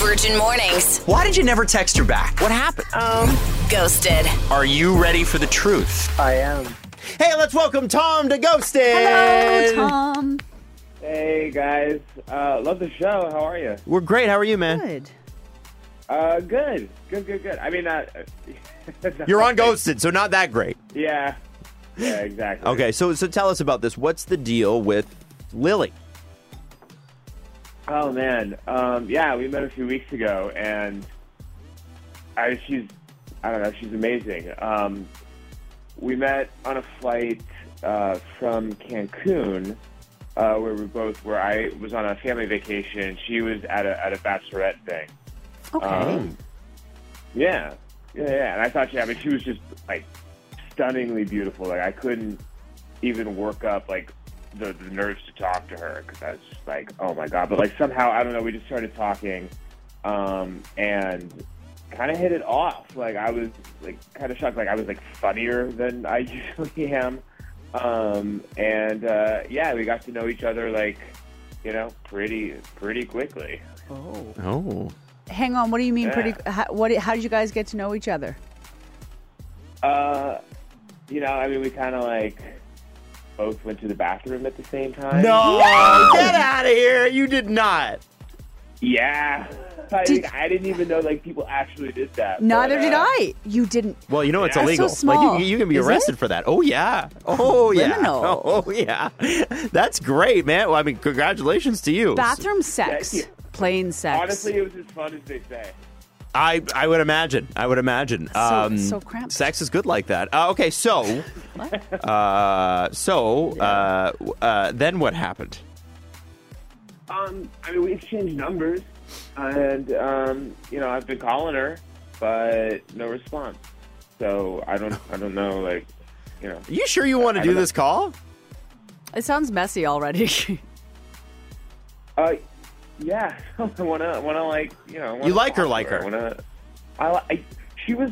Virgin Mornings. Why did you never text her back? What happened? Ghosted. Are you ready for the truth? I am. Hey, let's welcome Tom to Ghosted. Tom. Hey guys, uh, love the show. How are you? We're great. How are you, man? Good. Uh, good, good, good, good. I mean, uh, You're on Ghosted, so not that great. Yeah, yeah, exactly. Okay, so so tell us about this. What's the deal with Lily? Oh man, um, yeah, we met a few weeks ago, and I, she's, I don't know, she's amazing. Um, we met on a flight uh, from Cancun, uh, where we both were. I was on a family vacation. She was at a at a bachelorette thing. Okay. Um, yeah, yeah, yeah. And I thought she, I mean, she was just like stunningly beautiful. Like I couldn't even work up like the, the nerves to talk to her because I was just like, oh my god. But like somehow, I don't know. We just started talking, um, and kind of hit it off. Like I was like kind of shocked. Like I was like funnier than I usually am. Um, and uh, yeah, we got to know each other like you know pretty pretty quickly. oh. Oh. Hang on. What do you mean? Yeah. Pretty. How, what? How did you guys get to know each other? Uh, you know, I mean, we kind of like both went to the bathroom at the same time. No! Get out of here. You did not. Yeah. I, Did- mean, I didn't even know like people actually did that. Neither but, did uh, I. You didn't. Well, you know it's That's so illegal. small. Like you, you can be Is arrested for that. Oh yeah. Oh yeah. Criminal. Oh yeah. That's great, man. Well, I mean, congratulations to you. Bathroom sex. yeah. Plain sex. Honestly, it was as fun as they say. I I would imagine. I would imagine. Um, so cramped. Sex is good like that. Uh, okay, so, uh, so uh, w- uh, then what happened? Um, I mean, we exchanged numbers, and um, you know, I've been calling her, but no response. So I don't, I don't know, like, you know. Are you sure you want to I do don't know. this call? it sounds messy already. Uh, yeah, I wanna wanna like you know. Wanna You like her, talk to like her. I wanna. I, li- I she was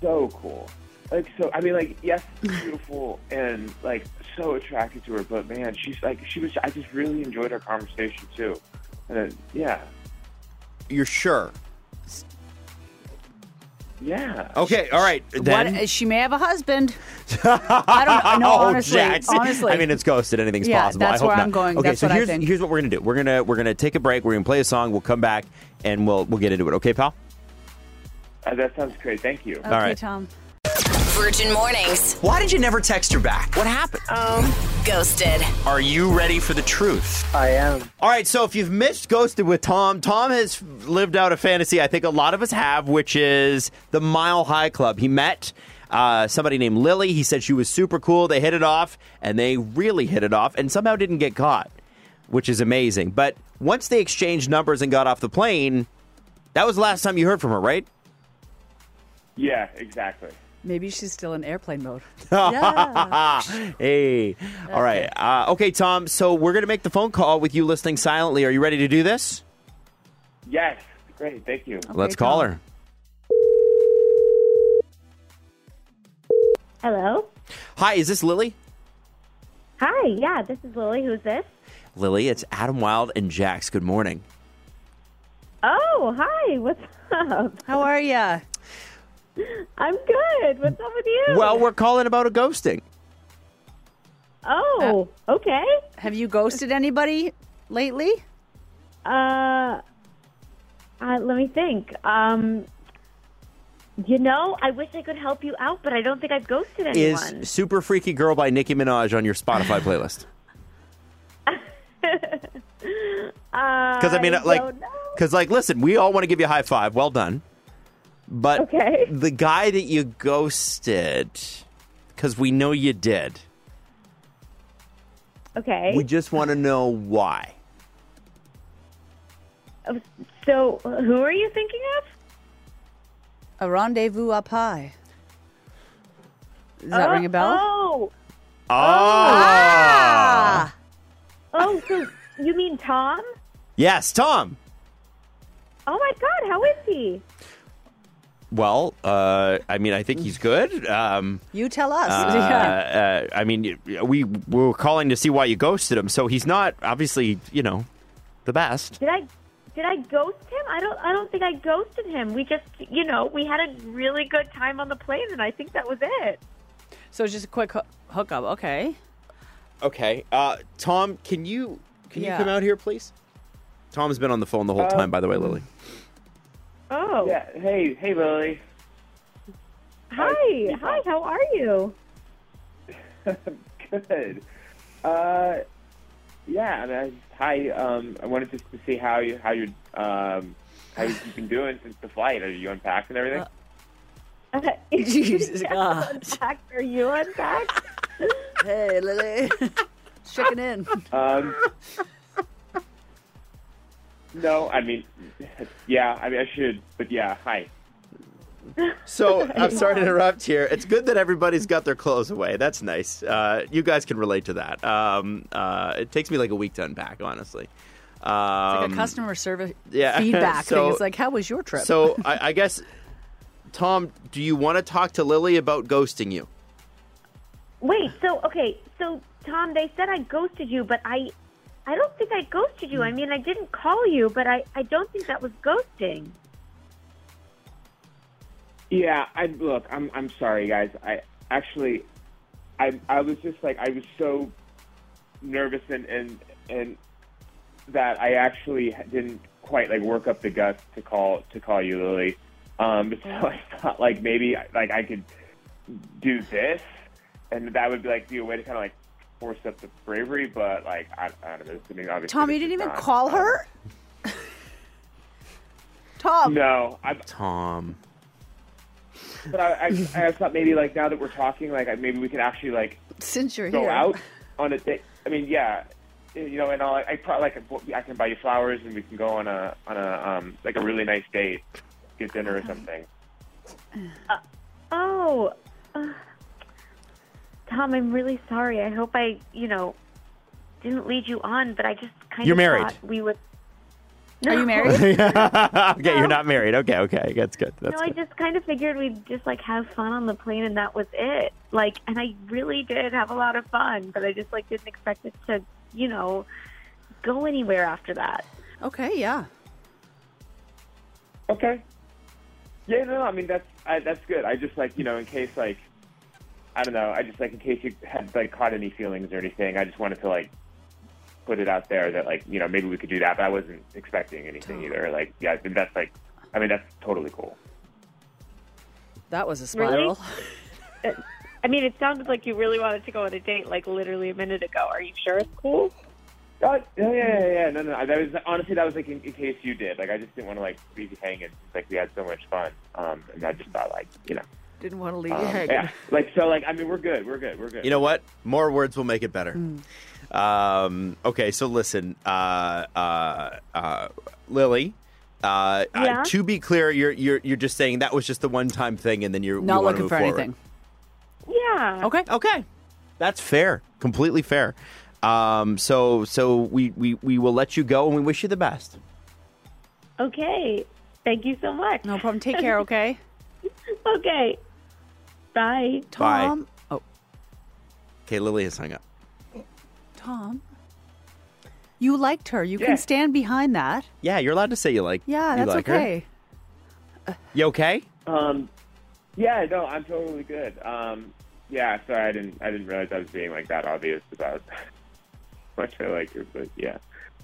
so cool. Like so, I mean, like yes, beautiful and like so attracted to her. But man, she's like she was. I just really enjoyed our conversation too. And then, yeah, You're sure? yeah. Okay. All right. Then. what, uh, she may have a husband. I don't know. oh, honestly, Jax. honestly. I mean, it's ghosted. Anything's Yeah, possible. that's I hope where not. I'm going. Okay, That's so what I here's think. here's what we're gonna do. We're gonna we're gonna take a break. We're gonna play a song. We'll come back and we'll we'll get into it. Okay, pal. Uh, that sounds great. Thank you. okay, right. Tom. Virgin Mornings. Why did you never text her back? What happened? Ghosted. Are you ready for the truth? I am. All right, so if you've missed Ghosted with Tom, Tom has lived out a fantasy I think a lot of us have, which is the Mile High Club. He met uh, somebody named Lily. He said she was super cool. They hit it off, and they really hit it off, and somehow didn't get caught, which is amazing. But once they exchanged numbers and got off the plane, that was the last time you heard from her, right? Yeah, exactly. Maybe she's still in airplane mode. yeah. hey. All right. Uh, okay, Tom, so we're going to make the phone call with you listening silently. Are you ready to do this? Yes, great. Thank you. Let's call Tom. her. Hello. Hi, is this Lily? Hi. Yeah, this is Lily. Who's this? Lily, it's Adam Wild and Jax. Good morning. Oh, hi. What's up? How are ya? I'm good. What's up with you? Well, we're calling about a ghosting. oh, Uh, okay. Have you ghosted anybody lately? Uh, uh, let me think. Um, you know, I wish I could help you out, but I don't think I've ghosted anyone. Is Super Freaky Girl by Nicki Minaj on your Spotify playlist? Because I mean, I like, don't know. because like, listen, we all want to give you a high five. Well done, but Okay. the guy that you ghosted, because we know you did. okay. We just want to know why. so, who are you thinking of? A rendezvous up high. Does that ring a bell? Uh-huh. Oh, Oh, Ah. oh. So you mean Tom? yes, Tom. Oh my God, how is he? Well, uh, I mean, I think he's good. Um, You tell us. yeah. uh, I mean, y- we, we were calling to see why you ghosted him, so he's not obviously, you know, the best. Did I Did I ghost him? I don't. I don't think I ghosted him. We just, you know, we had a really good time on the plane, and I think that was it. So it's just a quick hoo- hookup. Okay. Okay. Uh, Tom, can you can Yeah. you come out here, please? Tom's been on the phone the whole time, by the way, Lily. Um, Oh, Yeah. Hey, hey, Lily. hi, hi. How are you? Good. Uh, yeah. I mean, I just- hi. Um, I wanted just to see how you how you um how you've been doing since the flight. Are you unpacking everything? Jesus God. Unpacked? Are you unpacked? Hey, Lily. Checking in. Um, no, I mean, yeah, I mean, I should, but yeah, hi. So I'm sorry to interrupt here. It's good that everybody's got their clothes away. That's nice. Uh, you guys can relate to that. Um, uh, it takes me like a week to unpack, honestly. Um, like a customer service yeah, feedback so- thing. It's like, how was your trip? So I, I guess, Tom, do you want to talk to Lily about ghosting you? Wait. So okay. So Tom, they said I ghosted you, but I, I don't think I ghosted you. I mean, I didn't call you, but I, I don't think that was ghosting. Yeah, I look. I'm I'm sorry, guys. I actually, I I was just like I was so nervous and and and that I actually didn't quite like work up the guts to call to call you, Lily. Um, so I thought like maybe like I could do this, and that would be like be a way to kind of like force up the bravery. But like I, I don't know. I mean, obviously, Tom, you this didn't is even Uh, not- call her? um, Tom. No, I, Tom. but I, I, I thought maybe like now that we're talking, like I- maybe we could actually like Since you're go here. out on a date. I mean, yeah, you know, and I'll, I probably like I can buy you flowers and we can go on a on a um like a really nice date, get dinner or something. Oh, uh, Tom, I'm really sorry. I hope I, you know, didn't lead you on, but I just kind You're of married. thought we would. Are you married? okay, you're not married. Okay, okay, that's good. That's No, I good. just kind of figured we'd just like have fun on the plane, and that was it. Like, and I really did have a lot of fun, but I just like didn't expect it to, you know, go anywhere after that. okay, yeah. Okay. Yeah, no, I mean that's I, that's good. I just like you know in case like I don't know. I just like in case you had like caught any feelings or anything. I just wanted to like put it out there that like you know maybe we could do that. But I wasn't expecting anything either. Like yeah, I mean, that's like I mean that's totally cool. That was a spiral. Um, I mean, it sounded like you really wanted to go on a date, like literally a minute ago. Are you sure it's cool? Oh, yeah, yeah, yeah, yeah. No, no. I- That was honestly that was like in, in case you did. Like I just didn't want to like leave you hanging. It's Like we had so much fun, um, and I just thought like you know, Didn't want to leave you um, hanging. yeah. Like so, like I mean, we're good. We're good. We're good. You know what? More words will make it better. Hmm. Um, okay, so listen, uh, uh, uh, Lily. Uh, Yeah? uh, to be clear, you're you're you're just saying that was just the one time thing, and then you're Not you wanna looking move for forward. Oh. anything. Yeah. Okay. Okay, that's fair, completely fair. Um, so so we, we we will let you go, and we wish you the best. Okay. Thank you so much. No problem. Take care, okay? Okay. Bye. Bye. Tom. Oh, Okay, Lily has hung up. Tom. You liked her. You Yeah. can stand behind that. Yeah, you're allowed to say you like. Yeah, you that's like her. okay. You okay? Um, yeah, no, I'm totally good. Um, yeah, sorry, I didn't, I didn't realize I was being like that obvious about much I like her, but yeah.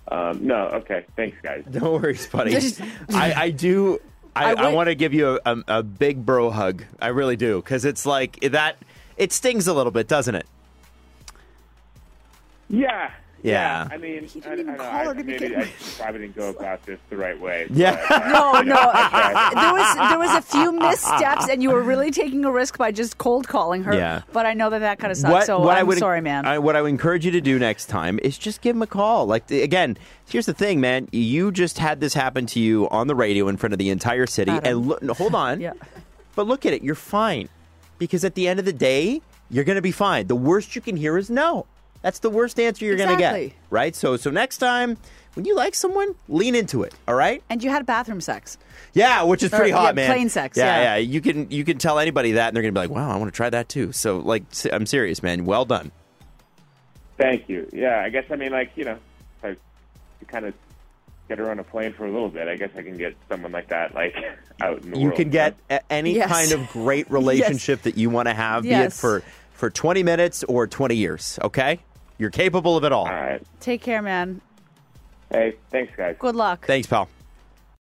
Um, no, okay, thanks, guys. No worries, buddy. Just- I, I do. I, I, I would- want to give you a, a, a big bro hug. I really do, because it's like that. It stings a little bit, doesn't it? Yeah. Yeah. I mean, he didn't even I, I, don't know, call her I, to maybe begin I probably didn't go about this the right way. Yeah. but, uh, No, you know, Oh, no. okay. there was there was a few missteps, and you were really taking a risk by just cold calling her. Yeah. But I know that that kind of sucks. so I'm would, sorry, man. I, what I would encourage you to do next time is just give him a call. Like the- again, here's the thing, man. You just had this happen to you on the radio in front of the entire city, Adam. and look, no, hold on. Yeah. But look at it. You're fine, because at the end of the day, you're going to be fine. The worst you can hear is no. That's the worst answer you're going to get. Exactly. Right. So so next time. When you like someone, lean into it. All right. and you had bathroom sex. Yeah, which is Or, pretty hot, yeah, man. plain sex, Yeah, yeah. You can you can tell anybody that, and they're gonna be like, "Wow, I want to try that too." So, like, s- I'm serious, man. Well done. Thank you. Yeah, I guess I mean like you know, I kind of get her on a plane for a little bit. I guess I can get someone like that like out in the you world. can get a- any Yes. kind of great relationship that you want to have, be it Yes. for for 20 minutes or 20 years. Okay, you're capable of it all. All right. Take care, man. Hey, thanks, guys. Good luck. Thanks, pal.